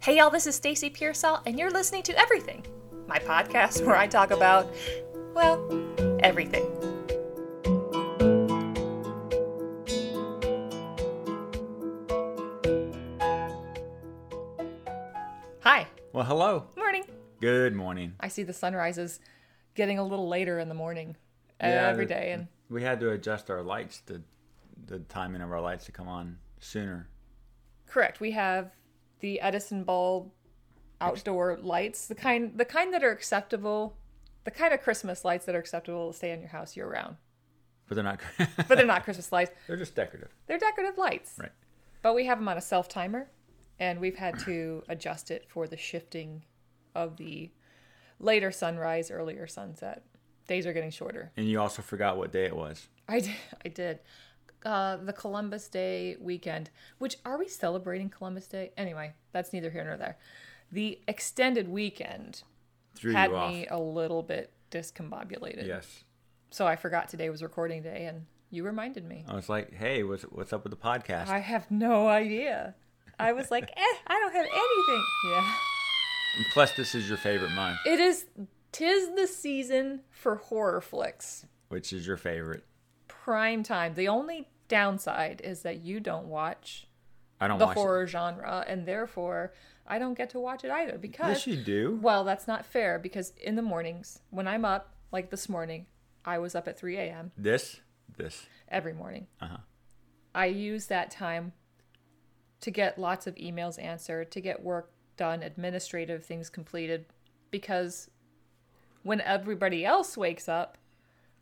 Hey y'all, this is Stacy Pearsall, and you're listening to Everything, my podcast where I talk about, well, everything. Hi, Well, hello. morning. Good morning. I see the sunrises getting a little later in the morning Yeah, Uh, every the- day, and We had to adjust our lights to the timing of our lights to come on sooner. Correct. We have the Edison bulb outdoor lights, the kind the kind that are acceptable, the kind of Christmas lights that are acceptable to stay in your house year round. But they're not. But they're not Christmas lights. they're just decorative, They're decorative lights. right? But we have them on a self timer and we've had to adjust it for the shifting of the later sunrise, earlier sunset. Days are getting shorter. And you also forgot what day it was. I did. I did. Uh, the Columbus Day weekend, which are we celebrating Columbus Day? Anyway, that's neither here nor there. The extended weekend Threw had you off. me uh, a little bit discombobulated. Yes. So I forgot today was recording day and you reminded me. I was like, "Hey, what's what's up with the podcast?" I have no idea. I was like, eh, I don't have anything. Yeah. And plus, this is your favorite month, It is, tis the season for horror flicks. which is your favorite. Prime time. The only downside is that you don't watch Oh, I don't the watch. horror genre, and therefore I don't get to watch it either. Because Yes, you do. well, that's not fair. Because in the mornings when I'm up, like this morning, I was up at 3 a.m. This, this. every morning. Uh-huh. I use that time to get lots of emails answered, to get work done, administrative things completed, because when everybody else wakes up,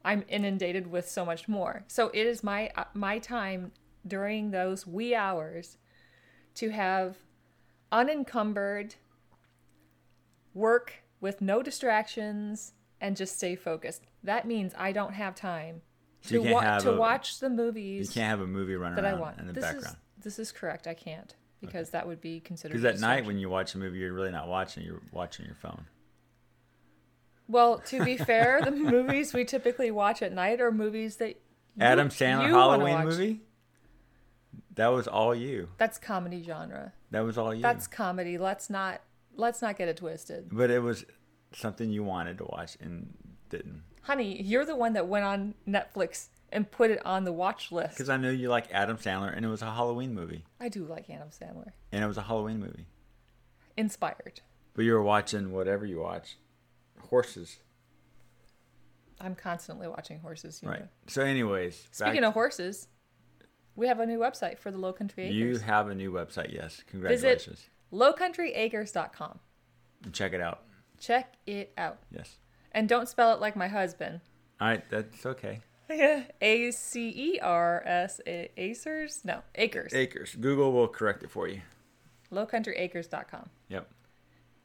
I'm inundated with so much more. So it is my uh, my time during those wee hours to have unencumbered work with no distractions and just stay focused. That means I don't have time So you to, can't wa- have to a- watch the You movies can't have a movie running that I around want. Um, in the this background. is this is correct. I can't because that would be considered. Because at night, distraction. when you watch a movie, you're really not watching. You're watching your phone. Well, to be fair, the movies we typically watch at night are movies that Adam Sandler you wanna watch. Halloween movie. That was all you. that's comedy genre. That was all you. That's comedy. Let's not let's not get it twisted. But it was something you wanted to watch and didn't. Honey, you're the one that went on Netflix and put it on the watch list. Because I knew you like Adam Sandler and it was a Halloween movie. I do like Adam Sandler. And it was a Halloween movie. Inspired. But you were watching whatever you watch. Horses. I'm constantly watching horses. You Right. Know. So anyways, Speaking of horses, we have a new website for the Low Country you Acres. have a new website, yes. Congratulations. Lowcountryacres.com. Check it out. Check it out. Yes. And don't spell it like my husband. All right, that's okay. A C E R S A Acers? No, Acres. Acres. Google will correct it for you. Lowcountryacres.com. Yep.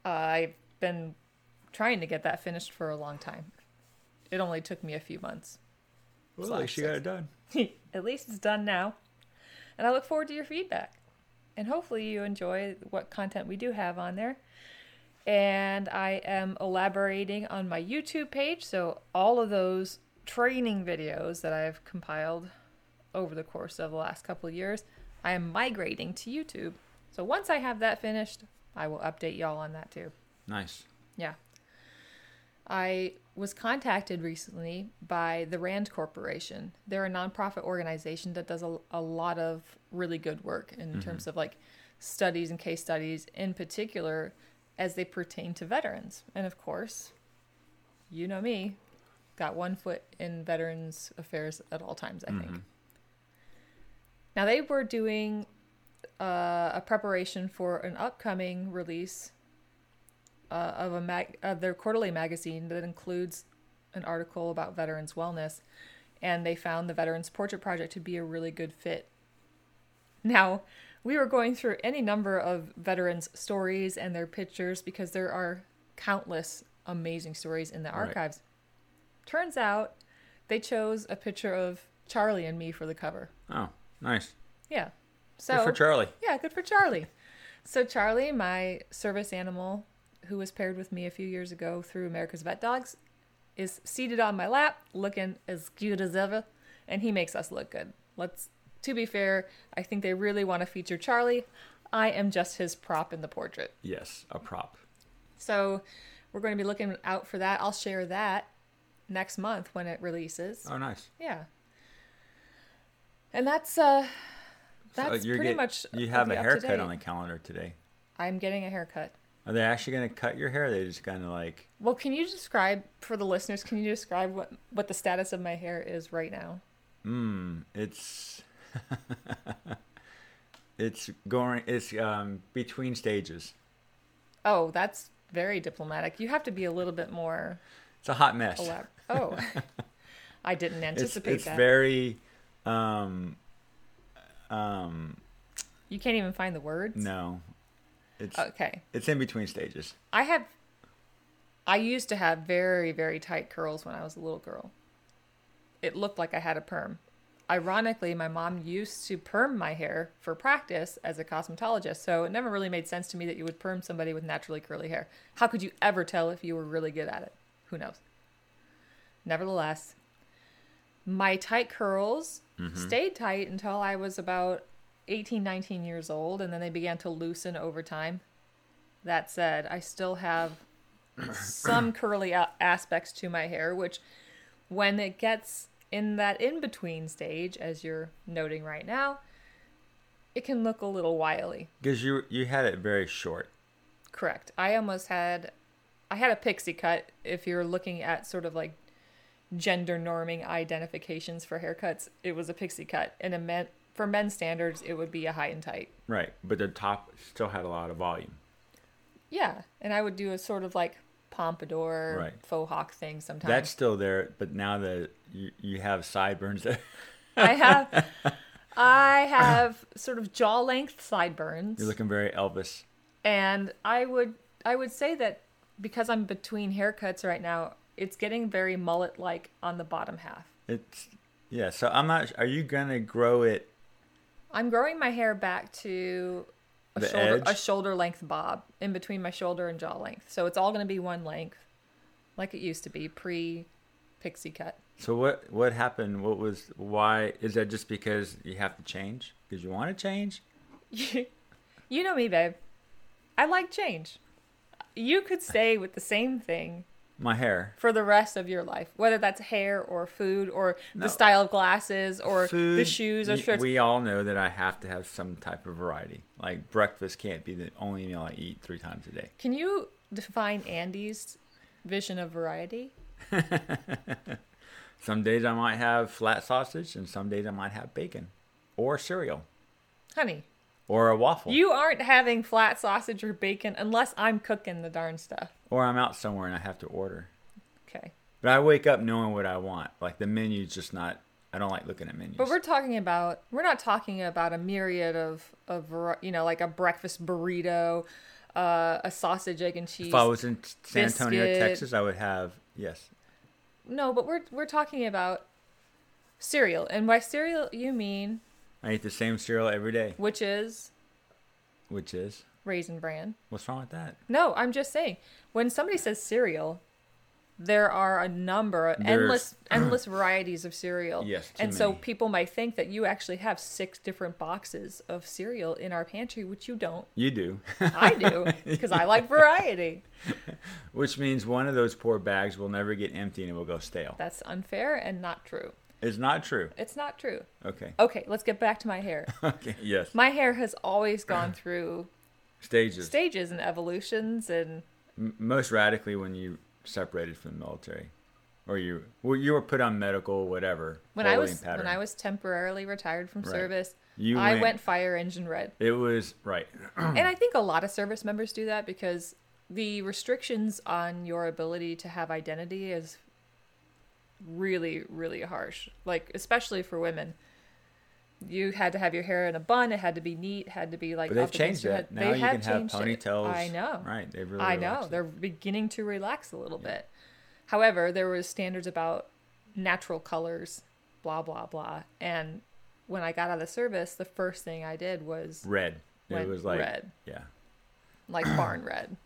Uh, I've been trying to get that finished for a long time. It only took me a few months. Well, Slash at least you got six. it done. At least it's done now. And I look forward to your feedback. And hopefully you enjoy what content we do have on there. And I am elaborating on my YouTube page. So all of those training videos that I've compiled over the course of the last couple of years, I am migrating to YouTube. So once I have that finished, I will update y'all on that too. Nice. Yeah. I was contacted recently by the RAND Corporation. They're a nonprofit organization that does a, a lot of really good work in terms of like studies and case studies, in particular as they pertain to veterans. And of course, you know me, got one foot in veterans affairs at all times, I think. Now, they were doing uh, a preparation for an upcoming release uh, of a mag- of their quarterly magazine that includes an article about veterans wellness, and they found the Veterans Portrait Project to be a really good fit. Now, we were going through any number of veterans' stories and their pictures because there are countless amazing stories in the Right. archives. Turns out, they chose a picture of Charlie and me for the cover. Oh, nice. Yeah, so Good for Charlie. yeah, good for Charlie. So Charlie, my service animal, who was paired with me a few years ago through America's Vet Dogs, is seated on my lap, looking as cute as ever, and he makes us look good. Let's to be fair, I think they really want to feature Charlie. I am just his prop in the portrait. Yes, a prop. So we're going to be looking out for that. I'll share that next month when it releases. Oh, nice. Yeah. And that's uh So uh, that's you're pretty get- much You have the a up to haircut date. on the calendar today. I'm getting a haircut. Are they actually going to cut your hair? Or they just going to like Well, can you describe for the listeners, can you describe what what the status of my hair is right now? Mm, it's it's going it's um between stages. Oh, that's very diplomatic. You have to be a little bit more It's a hot mess. elab Oh. I didn't It's anticipate it's that. very um um you can't even find the words. no. It's Okay. it's in between stages. I have I used to have very very tight curls when I was a little girl. It looked like I had a perm. Ironically, my mom used to perm my hair for practice as a cosmetologist, so it never really made sense to me that you would perm somebody with naturally curly hair. How could you ever tell if you were really good at it? Who knows? Nevertheless, my tight curls stayed tight until I was about 18, 19 years old, and then they began to loosen over time. That said, I still have some curly a- aspects to my hair, which when it gets in that in between stage, as you're noting right now, it can look a little wily. Because you you had it very short. Correct. I almost had, I had a pixie cut. If you're looking at sort of like gender norming identifications for haircuts, it was a pixie cut, and a men for men's standards, it would be a high and tight. Right. But the top still had a lot of volume. Yeah, and I would do a sort of like pompadour Right. faux hawk thing sometimes. That's still there, but now that you, you have sideburns that I have I have sort of jaw length sideburns. you're looking very Elvis. and I would I would say that because I'm between haircuts right now, it's getting very mullet like on the bottom half. It's yeah, so I'm not are you going to grow it I'm growing my hair back to a The shoulder a edge? shoulder length bob in between my shoulder and jaw length. So it's all gonna be one length like it used to be, pre pixie cut. So what what happened? What was why? Is that just because you have to change? Because you want to change? you know me, babe. I like change. You could stay with the same thing My hair, for the rest of your life, whether that's hair or food or No. the style of glasses or the Food, shoes or y- shirts. We all know that I have to have some type of variety. Like breakfast can't be the only meal I eat three times a day. Can you define Andy's vision of variety? Some days I might have flat sausage, and some days I might have bacon, or cereal, Honey, or a waffle, you aren't having flat sausage or bacon unless I'm cooking the darn stuff. or I'm out somewhere and I have to order. Okay. But I wake up knowing what I want. Like the menu's just not. I don't like looking at menus. But we're talking about we're not talking about a myriad of of vari- you know like a breakfast burrito, uh, a sausage egg and cheese. if I was in San Antonio, Biscuit. Texas, I would have yes, No, but we're we're talking about cereal, and by cereal you mean I eat the same cereal every day, which is which is raisin bran. what's wrong with that? No, I'm just saying when somebody says cereal, there are a number, endless endless varieties of cereal. Yes, too and so many. people might think that you actually have six different boxes of cereal in our pantry, which you don't. You do, I do because I like variety. which means one of those poor bags will never get empty and it will go stale. That's unfair and not true. It's not true. It's not true. Okay. Okay, let's get back to my hair. Okay. Yes. My hair has always gone through Stages. stages and evolutions and M- most radically when you separated from the military, or you well, you were put on medical whatever. when I holding was pattern. when I was temporarily retired from Right. service, You I went- went fire engine red. It was right. and I think a lot of service members do that because the restrictions on your ability to have identity is really really harsh. Like especially for women. You had to have your hair in a bun, it had to be neat, it had to be like But they've up against changed your that. head. Now they you have can have changed it. ponytails. I know. Right. They really. I know. relaxed it. They're beginning to relax a little bit. However, there was standards about natural colors, blah blah blah. And when I got out of the service, the first thing I did was red. It went was like red. Yeah. like barn red.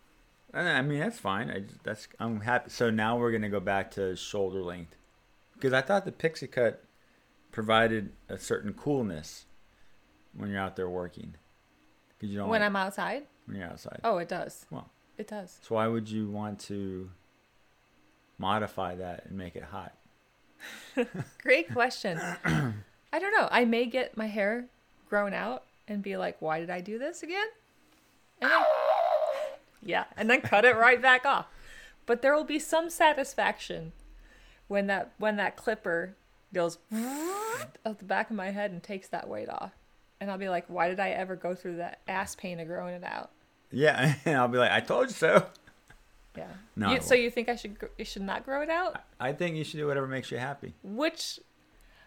And I mean that's fine. I just, that's I'm happy. So now we're gonna go back to shoulder length, because I thought the pixie cut provided a certain coolness when you're out there working. Because you don't when like I'm outside. when you're outside. Oh, it does. Well. it does. So why would you want to modify that and make it hot? Great question. I don't know. I may get my hair grown out and be like, why did I do this again? And then, yeah, and then cut it right back off. But there will be some satisfaction when that when that clipper goes out the back of my head and takes that weight off. And I'll be like, why did I ever go through that ass pain of growing it out? Yeah, and I'll be like, I told you so. Yeah. No, You- I so won't. you think I should gr- you should not grow it out? I think you should do whatever makes you happy. Which,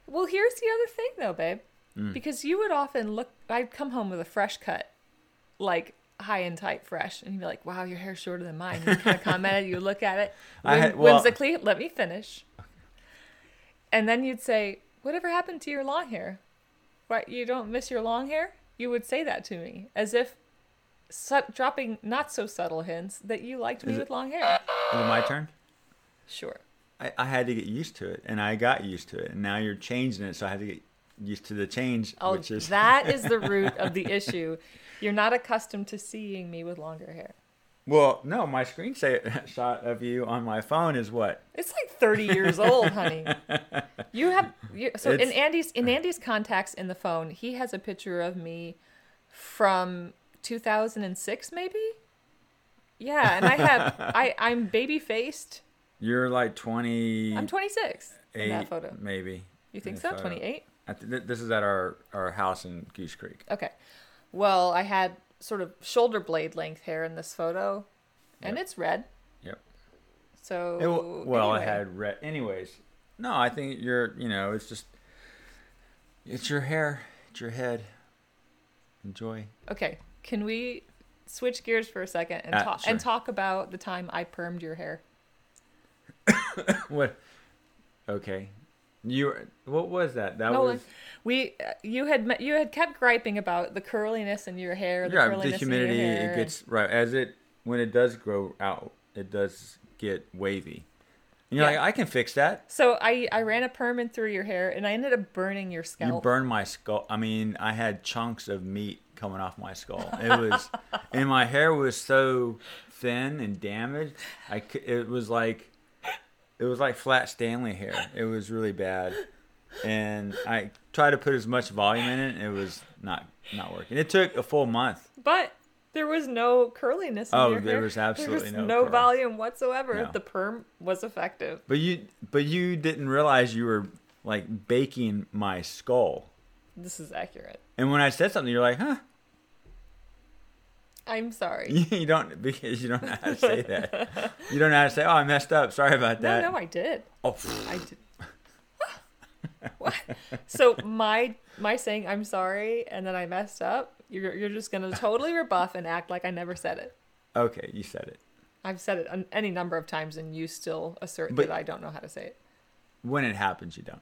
well, here's the other thing though, babe, Mm. because you would often look. I'd come home with a fresh cut, like high and tight fresh, and you'd be like, "Wow, your hair's shorter than mine." You kind of commented. You look at it I whim- had- well- whimsically. Let me finish. And then you'd say, "Whatever happened to your long hair? What you don't miss your long hair?" You would say that to me as if. Sub- dropping not so subtle hints that you liked me Is it- with long hair. Is it my turn? Sure. I, I had to get used to it, and I got used to it, and now you're changing it, so I had to get used to the change, Oh, which is that is the root of the issue. You're not accustomed to seeing me with longer hair. well, no, my screenshot shot of you on my phone is what It's like 30 years old, honey. You have you, so in It's- Andy's in Andy's contacts in the phone, he has a picture of me from 2006 maybe? Yeah, and I have I I'm baby faced. you're like 20 I'm 26 in that photo. maybe. You think in so? that photo. 28? I th- th- this is at our our house in Goose Creek. Okay. Well, I had sort of shoulder blade length hair in this photo and Yep. it's red. Yep. So It w- well, I anyway. had red. Anyways, no, I think you're. You know, it's just it's your hair, it's your head. Enjoy. Okay, can we switch gears for a second and Uh, talk sure. and talk about the time I permed your hair? What? Okay. You. were- What was that? That Nolan, was we uh, you had me- you had kept griping about the curliness in your hair, the yeah. curliness The humidity. in your hair. It and- gets right as it when it does grow out. It does get wavy. And you're Yeah. like, I can fix that. so I I ran a perm in through your hair and I ended up burning your scalp. You burned my skull. I mean, I had chunks of meat coming off my skull. It was, and my hair was so thin and damaged. I c- it was like, it was like flat Stanley hair. It was really bad, and I tried to put as much volume in it. and It was not not working. It took a full month. but there was no curliness in Oh, your hair. there was absolutely there no was no curl. volume whatsoever. No. The perm was effective. But you but you didn't realize you were like baking my skull. This is accurate. And when I said something, you're like, huh? I'm sorry. You don't because you don't know how to say that. You don't know how to say, "Oh, I messed up. Sorry about that." No, no, I did. Oh, pfft. I did. what? So my my saying I'm sorry and then I messed up. You're you're just gonna totally rebuff and act like I never said it. okay, you said it. I've said it an- any number of times, and you still assert But- that I don't know how to say it. When it happens, you don't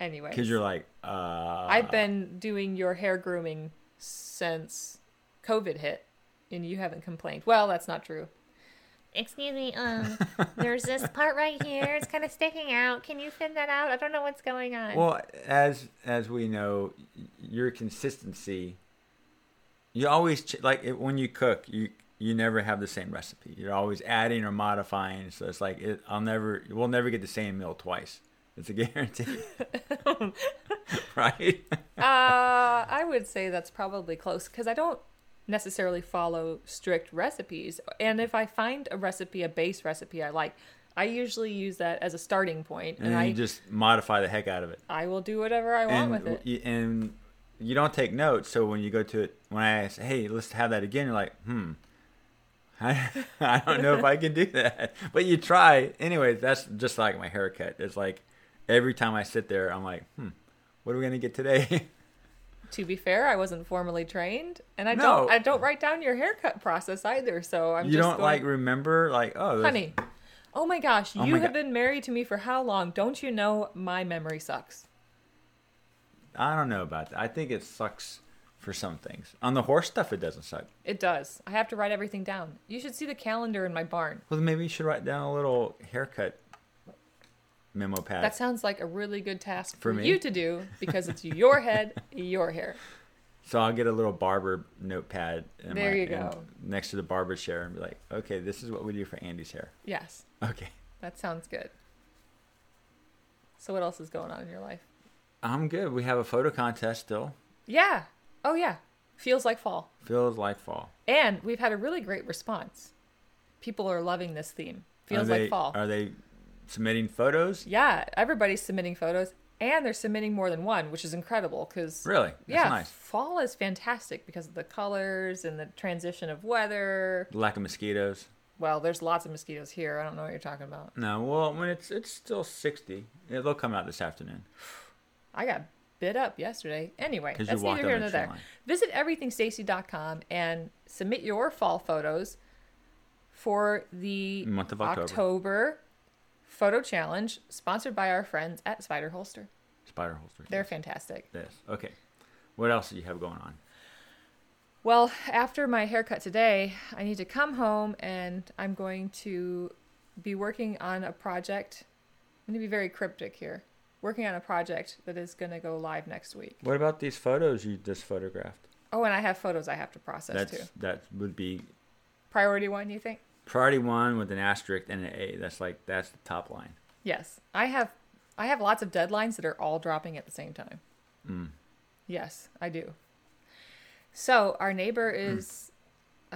Anyway, because you're like, uh, I've been doing your hair grooming since COVID hit, and you haven't complained. Well, that's not true. Excuse me, um, there's this part right here. It's kind of sticking out. Can you thin that out? I don't know what's going on. Well, as as we know, y- your consistency. You always ch- like it, when you cook. You you never have the same recipe. You're always adding or modifying. So it's like it, I'll never. We'll never get the same meal twice. It's a guarantee, right? uh, I would say that's probably close because I don't necessarily follow strict recipes. And if I find a recipe, a base recipe I like, I usually use that as a starting point, And and, then I you just modify the heck out of it. I will do whatever I want and with it. y- and you don't take notes. So when you go to it, when I ask, "Hey, let's have that again," you're like, "Hmm, I, I don't know if I can do that." But you try, anyways. That's just like my haircut. It's like every time I sit there, I'm like, "Hmm, what are we gonna get today?" To be fair, I wasn't formally trained, and I No. don't I don't write down your haircut process either. So I'm you just don't going, like remember like, "Oh, that's- honey. Oh my gosh, you my have God. been married to me for how long? Don't you know my memory sucks? I don't know about that. I think it sucks for some things. On the horse stuff, it doesn't suck. It does. I have to write everything down. You should see the calendar in my barn. Well, then maybe you should write down a little haircut memo pad. That sounds like a really good task for, me? you to do because it's your head, your hair. So I'll get a little barber notepad. In There my, you in- go. next to the barber chair and be like, okay, this is what we do for Andy's hair. Yes, Okay. that sounds good. So what else is going on in your life? I'm good. We have a photo contest still. Yeah. Oh yeah. Feels like fall. Feels like fall. And we've had a really great response. People are loving this theme. Feels are they, like fall. Are they submitting photos? yeah, everybody's submitting photos and they're submitting more than one, which is incredible cuz Really? That's yeah, nice. fall is fantastic because of the colors and the transition of weather. Lack of mosquitoes. Well, there's lots of mosquitoes here. I don't know what you're talking about. No, well, when it's it's still 60, Yeah, they'll come out this afternoon. I got bit up yesterday. Anyway, 'Cause you that's walked neither here over nor the tree there. line. Visit everythingstacy.com and submit your fall photos for the Month of October. October photo challenge sponsored by our friends at Spider Holster. Spider holster. They're fantastic. Yes. Okay. What else do you have going on? Well, after my haircut today, I need to come home and I'm going to be working on a project. I'm going to be very cryptic here. Working on a project that is going to go live next week. What about these photos you just photographed? Oh, and I have photos I have to process That's too. that would be Priority one, you think? priority one with an asterisk and an A. That's like that's the top line. Yes, I have. I have lots of deadlines that are all dropping at the same time. Yes, I do. So our neighbor is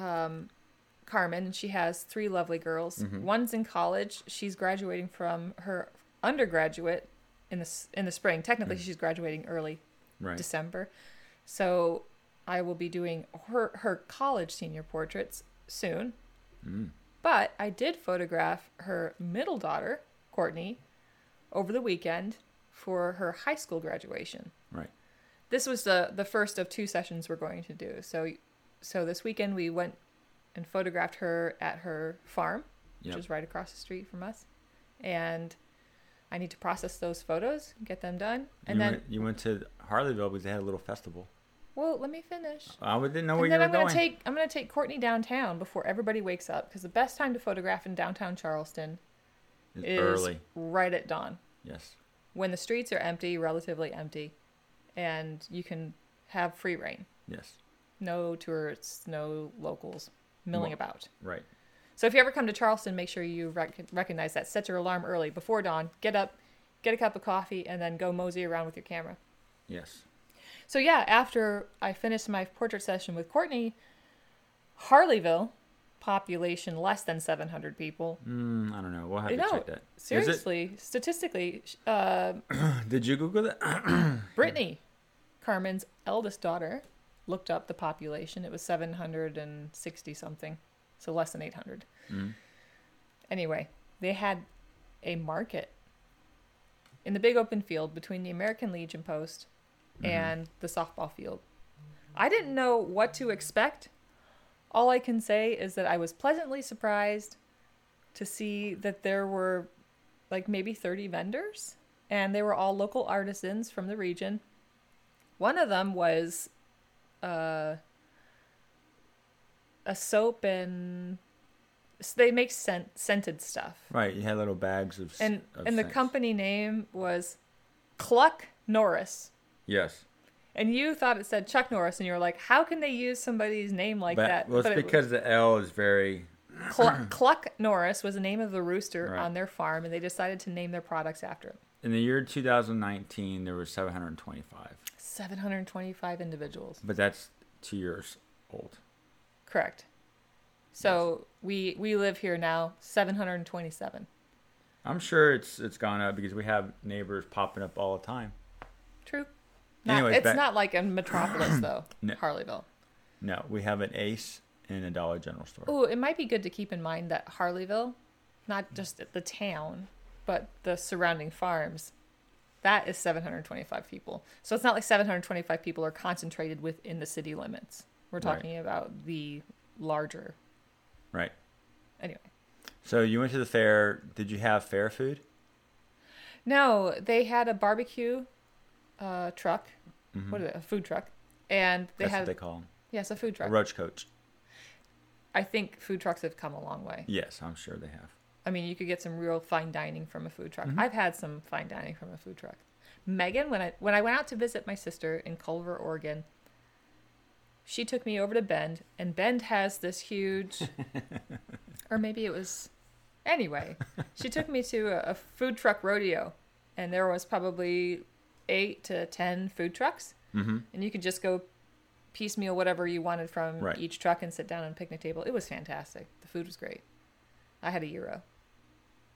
um, Carmen, and she has three lovely girls. One's in college; she's graduating from her undergraduate in the s- in the spring. Technically, she's graduating early Right. December. So I will be doing her her college senior portraits soon. But I did photograph her middle daughter, Courtney, over the weekend for her high school graduation. Right. This was the the first of two sessions we're going to do. So so this weekend we went and photographed her at her farm, Yep. which is right across the street from us. And I need to process those photos, get them done, and you, then went, you went to Harleyville because they had a little festival. well, let me finish. I would- didn't know where And then you were I'm gonna going. take I'm gonna take Courtney downtown before everybody wakes up because the best time to photograph in downtown Charleston It's is early. right at dawn Yes. when the streets are empty, relatively empty, and you can have free reign, Yes. no tourists, no locals milling Well- about. Right. So if you ever come to Charleston, make sure you rec- recognize that. Set your alarm early before dawn. Get up, get a cup of coffee, and then go mosey around with your camera. Yes. So yeah, after I finished my portrait session with Courtney, Harleyville, population less than 700 people. Mm, I don't know. We'll have You to know, check that. Is it- seriously, statistically, sh- uh, did you Google that? Brittany, Carmen's eldest daughter, looked up the population. It was 760 something, so less than 800. Anyway, they had a market in the big open field between the American Legion post and the softball field. I didn't know what to expect. All I can say is that I was pleasantly surprised to see that there were like maybe 30 vendors and they were all local artisans from the region. One of them was uh, a soap and so they make scent scented stuff. right. You had little bags of. s- And of and the scents. company name was Cluck Norris. Yes. And you thought it said Chuck Norris and you were like, how can they use somebody's name like Ba- that? well, it's But it- because the L is very. Cluck, Cluck Norris was the name of the rooster Right. on their farm and they decided to name their products after him. In the year 2019, there were 725, 725 individuals. but that's two years old. Correct. So we we live here now, 727. I'm sure it's it's gone up because we have neighbors popping up all the time. True. Not, Anyways, it's back- not like a metropolis though, No. Harleyville. No, we have an Ace and a Dollar General store. Oh, it might be good to keep in mind that Harleyville, not just the town, but the surrounding farms, that is 725 people. So it's not like 725 people are concentrated within the city limits. We're Right. talking about the larger. Right. Anyway. So you went to the fair. Did you have fair food? No, they had a barbecue uh, truck. What is it? A food truck. And they Mm-hmm. That's had what they call them. yes, a food A truck. roach coach. I think food trucks have come a long way. Yes, I'm sure they have. I mean, you could get some real fine dining from a food truck. I've had some fine dining from a food truck. Megan, when I when I went out to visit my sister in Culver, Oregon, she took me over to Bend, and Bend has this huge, or maybe it was, anyway, she took me to a, a food truck rodeo, and there was probably eight to ten food trucks, mm-hmm. and you could just go piecemeal whatever you wanted from Right. each truck and sit down on a picnic table. It was fantastic. The food was great. I had a euro.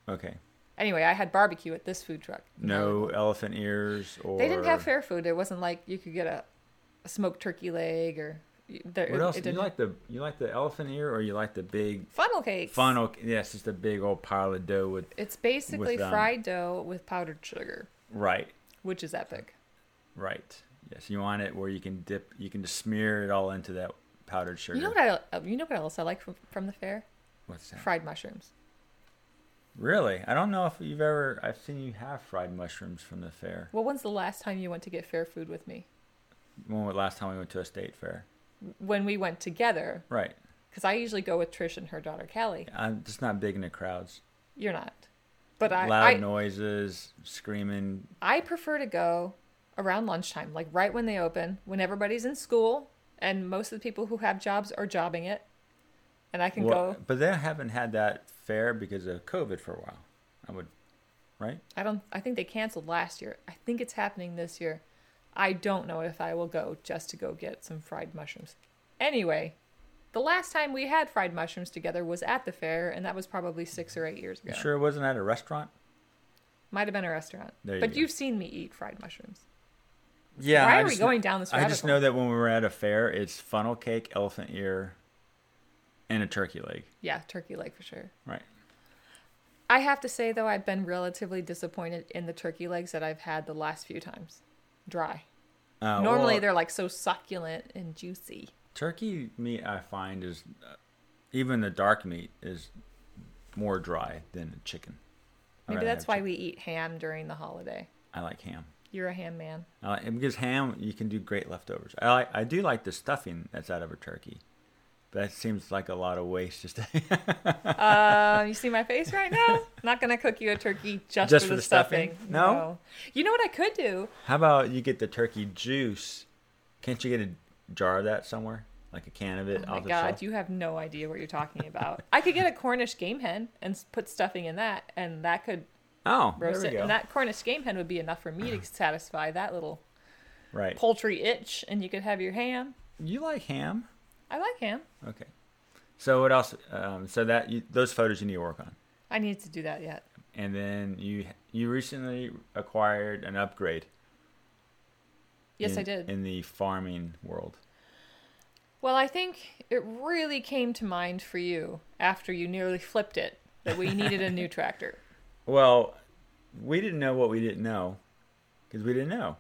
Okay. Anyway, I had barbecue at this food truck. No elephant ears or. They didn't have fair food. It wasn't like you could get a, a smoked turkey leg or. There, What else? It You didn't like the you like the elephant ear or you like the big funnel cakes. funnel? Yes, just a big old pile of dough with It's basically with, um, fried dough with powdered sugar, right, which is epic. right. Yes, you want it where you can dip, you can just smear it all into that powdered sugar. You know what I? uh, You know what else I like from, from the fair? What's that? Fried mushrooms. Really? I don't know if you've ever. I've seen you have fried mushrooms from the fair. Well, when's the last time you went to get fair food with me? When was the last time we went to a state fair? When we went together, Right. because I usually go with Trish and her daughter Callie. I'm just not big into crowds. You're not, but I Loud I, noises, screaming. I prefer to go around lunchtime, like right when they open, when everybody's in school, and most of the people who have jobs are jobbing it, and I can Well, go. but they haven't had that fair because of COVID for a while. I would, right? I don't. I think they canceled last year. I think it's happening this year. I don't know if I will go just to go get some fried mushrooms. Anyway, the last time we had fried mushrooms together was at the fair, and that was probably six or eight years ago. You sure it wasn't at a restaurant? Might have been a restaurant. There you but go. you've seen me eat fried mushrooms. Yeah. Why I are we just- going down this I rabbit just hole? know that when we were at a fair, it's funnel cake, elephant ear, and a turkey leg. Yeah, turkey leg for sure. Right. I have to say though, I've been relatively disappointed in the turkey legs that I've had the last few times. Dry. Uh, Normally well, they're like so succulent and juicy. turkey meat. I find is uh, even the dark meat is more dry than chicken. I'd Maybe rather that's have why chick- we eat ham during the holiday. I like ham. You're a ham man. I like, because ham, you can do great leftovers. I like, I do like the stuffing that's out of a turkey, but that seems like a lot of waste. Just Uh, you see my face right now? Not gonna cook you a turkey just, for, the stuffing. No? You know what I could do? how about you get the turkey juice? Can't you get a jar of that somewhere, like a can of it? Oh my off the god, shelf? you have no idea what you're talking about. I could get a Cornish game hen and s- put stuffing in that, and that could oh, roast there it. we go. And that Cornish game hen would be enough for me to satisfy that little right. poultry itch, and you could have your ham. You like ham? I like ham. Okay. So what else? Um, so that you, those photos you need to work on, I need to do that yet. and then you you recently acquired an upgrade. Yes, in- I did. in the farming world. Well, I think it really came to mind for you after you nearly flipped it that we needed a new tractor. Well, we didn't know what we didn't know because we didn't know.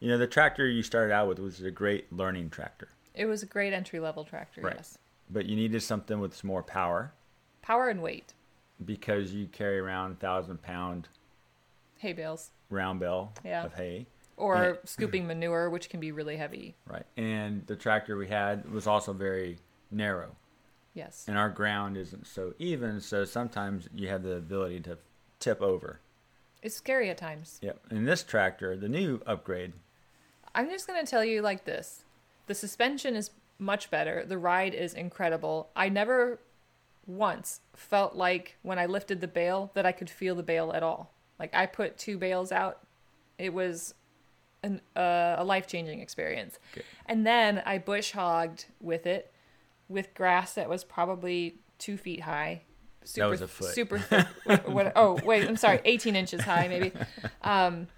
You know, the tractor you started out with was a great learning tractor, It was a great entry level tractor, Right. yes. but you needed something with some more power Power and weight. because you carry around thousand pound Hay bales round bale Yeah. of hay. or Yeah. scooping manure, which can be really heavy. Right. And the tractor we had was also very narrow. Yes. and our ground isn't so even, so sometimes you have the ability to tip over. It's scary at times. Yep. In this tractor, the new upgrade, I'm just going to tell you like this the suspension is much better, the ride is incredible. I never once felt like when I lifted the bale that I could feel the bale at all. Like I put two bales out, it was an, uh, a life changing experience. Good. And then I bush hogged with it with grass that was probably two feet high. Super, was a foot. Super thick. what- what- oh, wait, I'm sorry, 18 inches high, maybe. Um,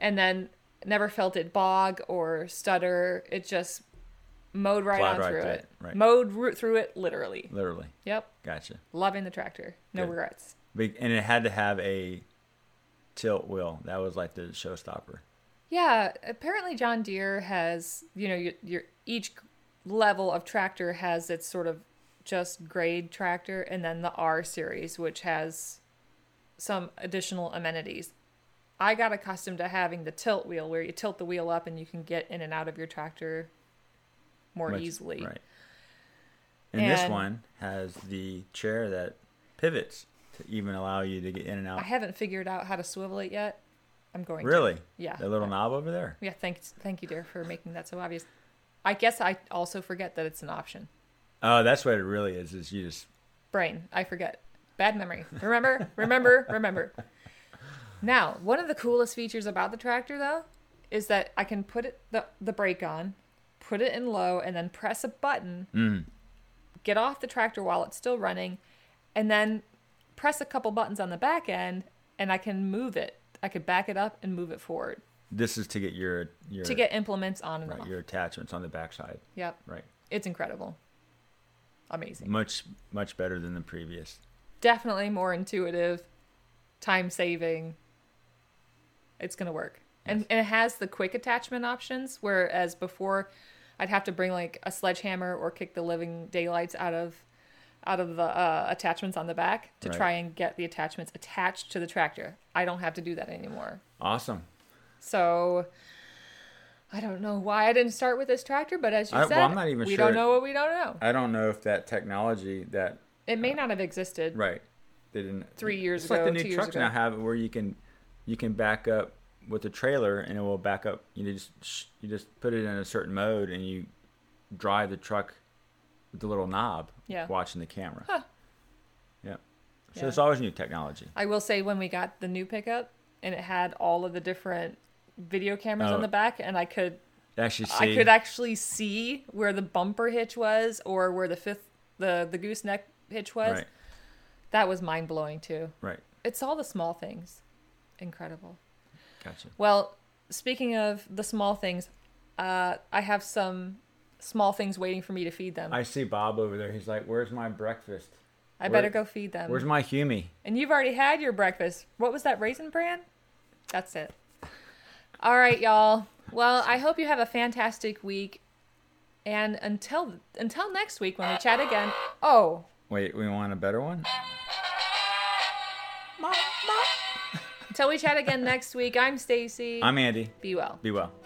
and then never felt it bog or stutter. It just mowed right Plowed on right through through it. it, right. Mowed ru- through it literally. literally. Yep. Gotcha. Loving the tractor. No Good. regrets. Big, and it had to have a tilt wheel. That was like the showstopper. Yeah, apparently John Deere has, you know, your, your each level of tractor has its sort of just grade tractor and then the R series which has some additional amenities. I got accustomed to having the tilt wheel where you tilt the wheel up and you can get in and out of your tractor more Much- easily. Right. And, this And- one has the chair that pivots to even allow you to get in and out. I haven't figured out how to swivel it yet. I'm going to. really? Yeah. That little knob over there. Yeah, thanks. Thank you, dear, for making that so obvious. I guess I also forget that it's an option. Oh, that's what it really is. Is you just Brain, I forget. Bad memory. Remember, remember, remember. Now, one of the coolest features about the tractor though is that I can put it, the the brake on, put it in low, and then press a button. Get off the tractor while it's still running, and then press a couple buttons on the back end, and I can move it. I could back it up and move it forward this is to get your your to get implements on and right, off. your attachments on the backside. Yep, Right. it's incredible, amazing. Much much better than the previous. definitely more intuitive, time saving. It's gonna work, and, and it has the quick attachment options. Whereas before, I'd have to bring like a sledgehammer or kick the living daylights out of out of the uh, attachments on the back to Right. try and get the attachments attached to the tractor. I don't have to do that anymore. Awesome. So. I don't know why I didn't start with this tractor, but as you I- well, said, I'm not even we sure don't it- know what we don't know. I don't know if that technology that It may not have existed. right they didn't Three years it's ago, like the two new years trucks ago. now have where you can you can back up with a trailer and it will back up. You just sh- you just put it in a certain mode and you drive the truck with the little knob Yeah. watching the camera. Yeah. So Yeah. there's always new technology. I will say when we got the new pickup and it had all of the different video cameras on Oh. the back and I could Actually, see, I could actually see where the bumper hitch was or where the fifth the the gooseneck hitch was. right, That was mind blowing too. right, It's all the small things. Incredible. gotcha. Well, speaking of the small things, uh, I have some small things waiting for me to feed them. I, I see Bob over there. He's like, "Where's my breakfast? better where- go feed them. Where's my Humie?" And you've already had your breakfast. What was that raisin bran? That's it. All right, y'all. Well, I hope you have a fantastic week. And until until next week when we chat again. Oh, Wait, we want a better one? until we chat again next week, I'm Stacy. I'm Andy. Be well. Be well.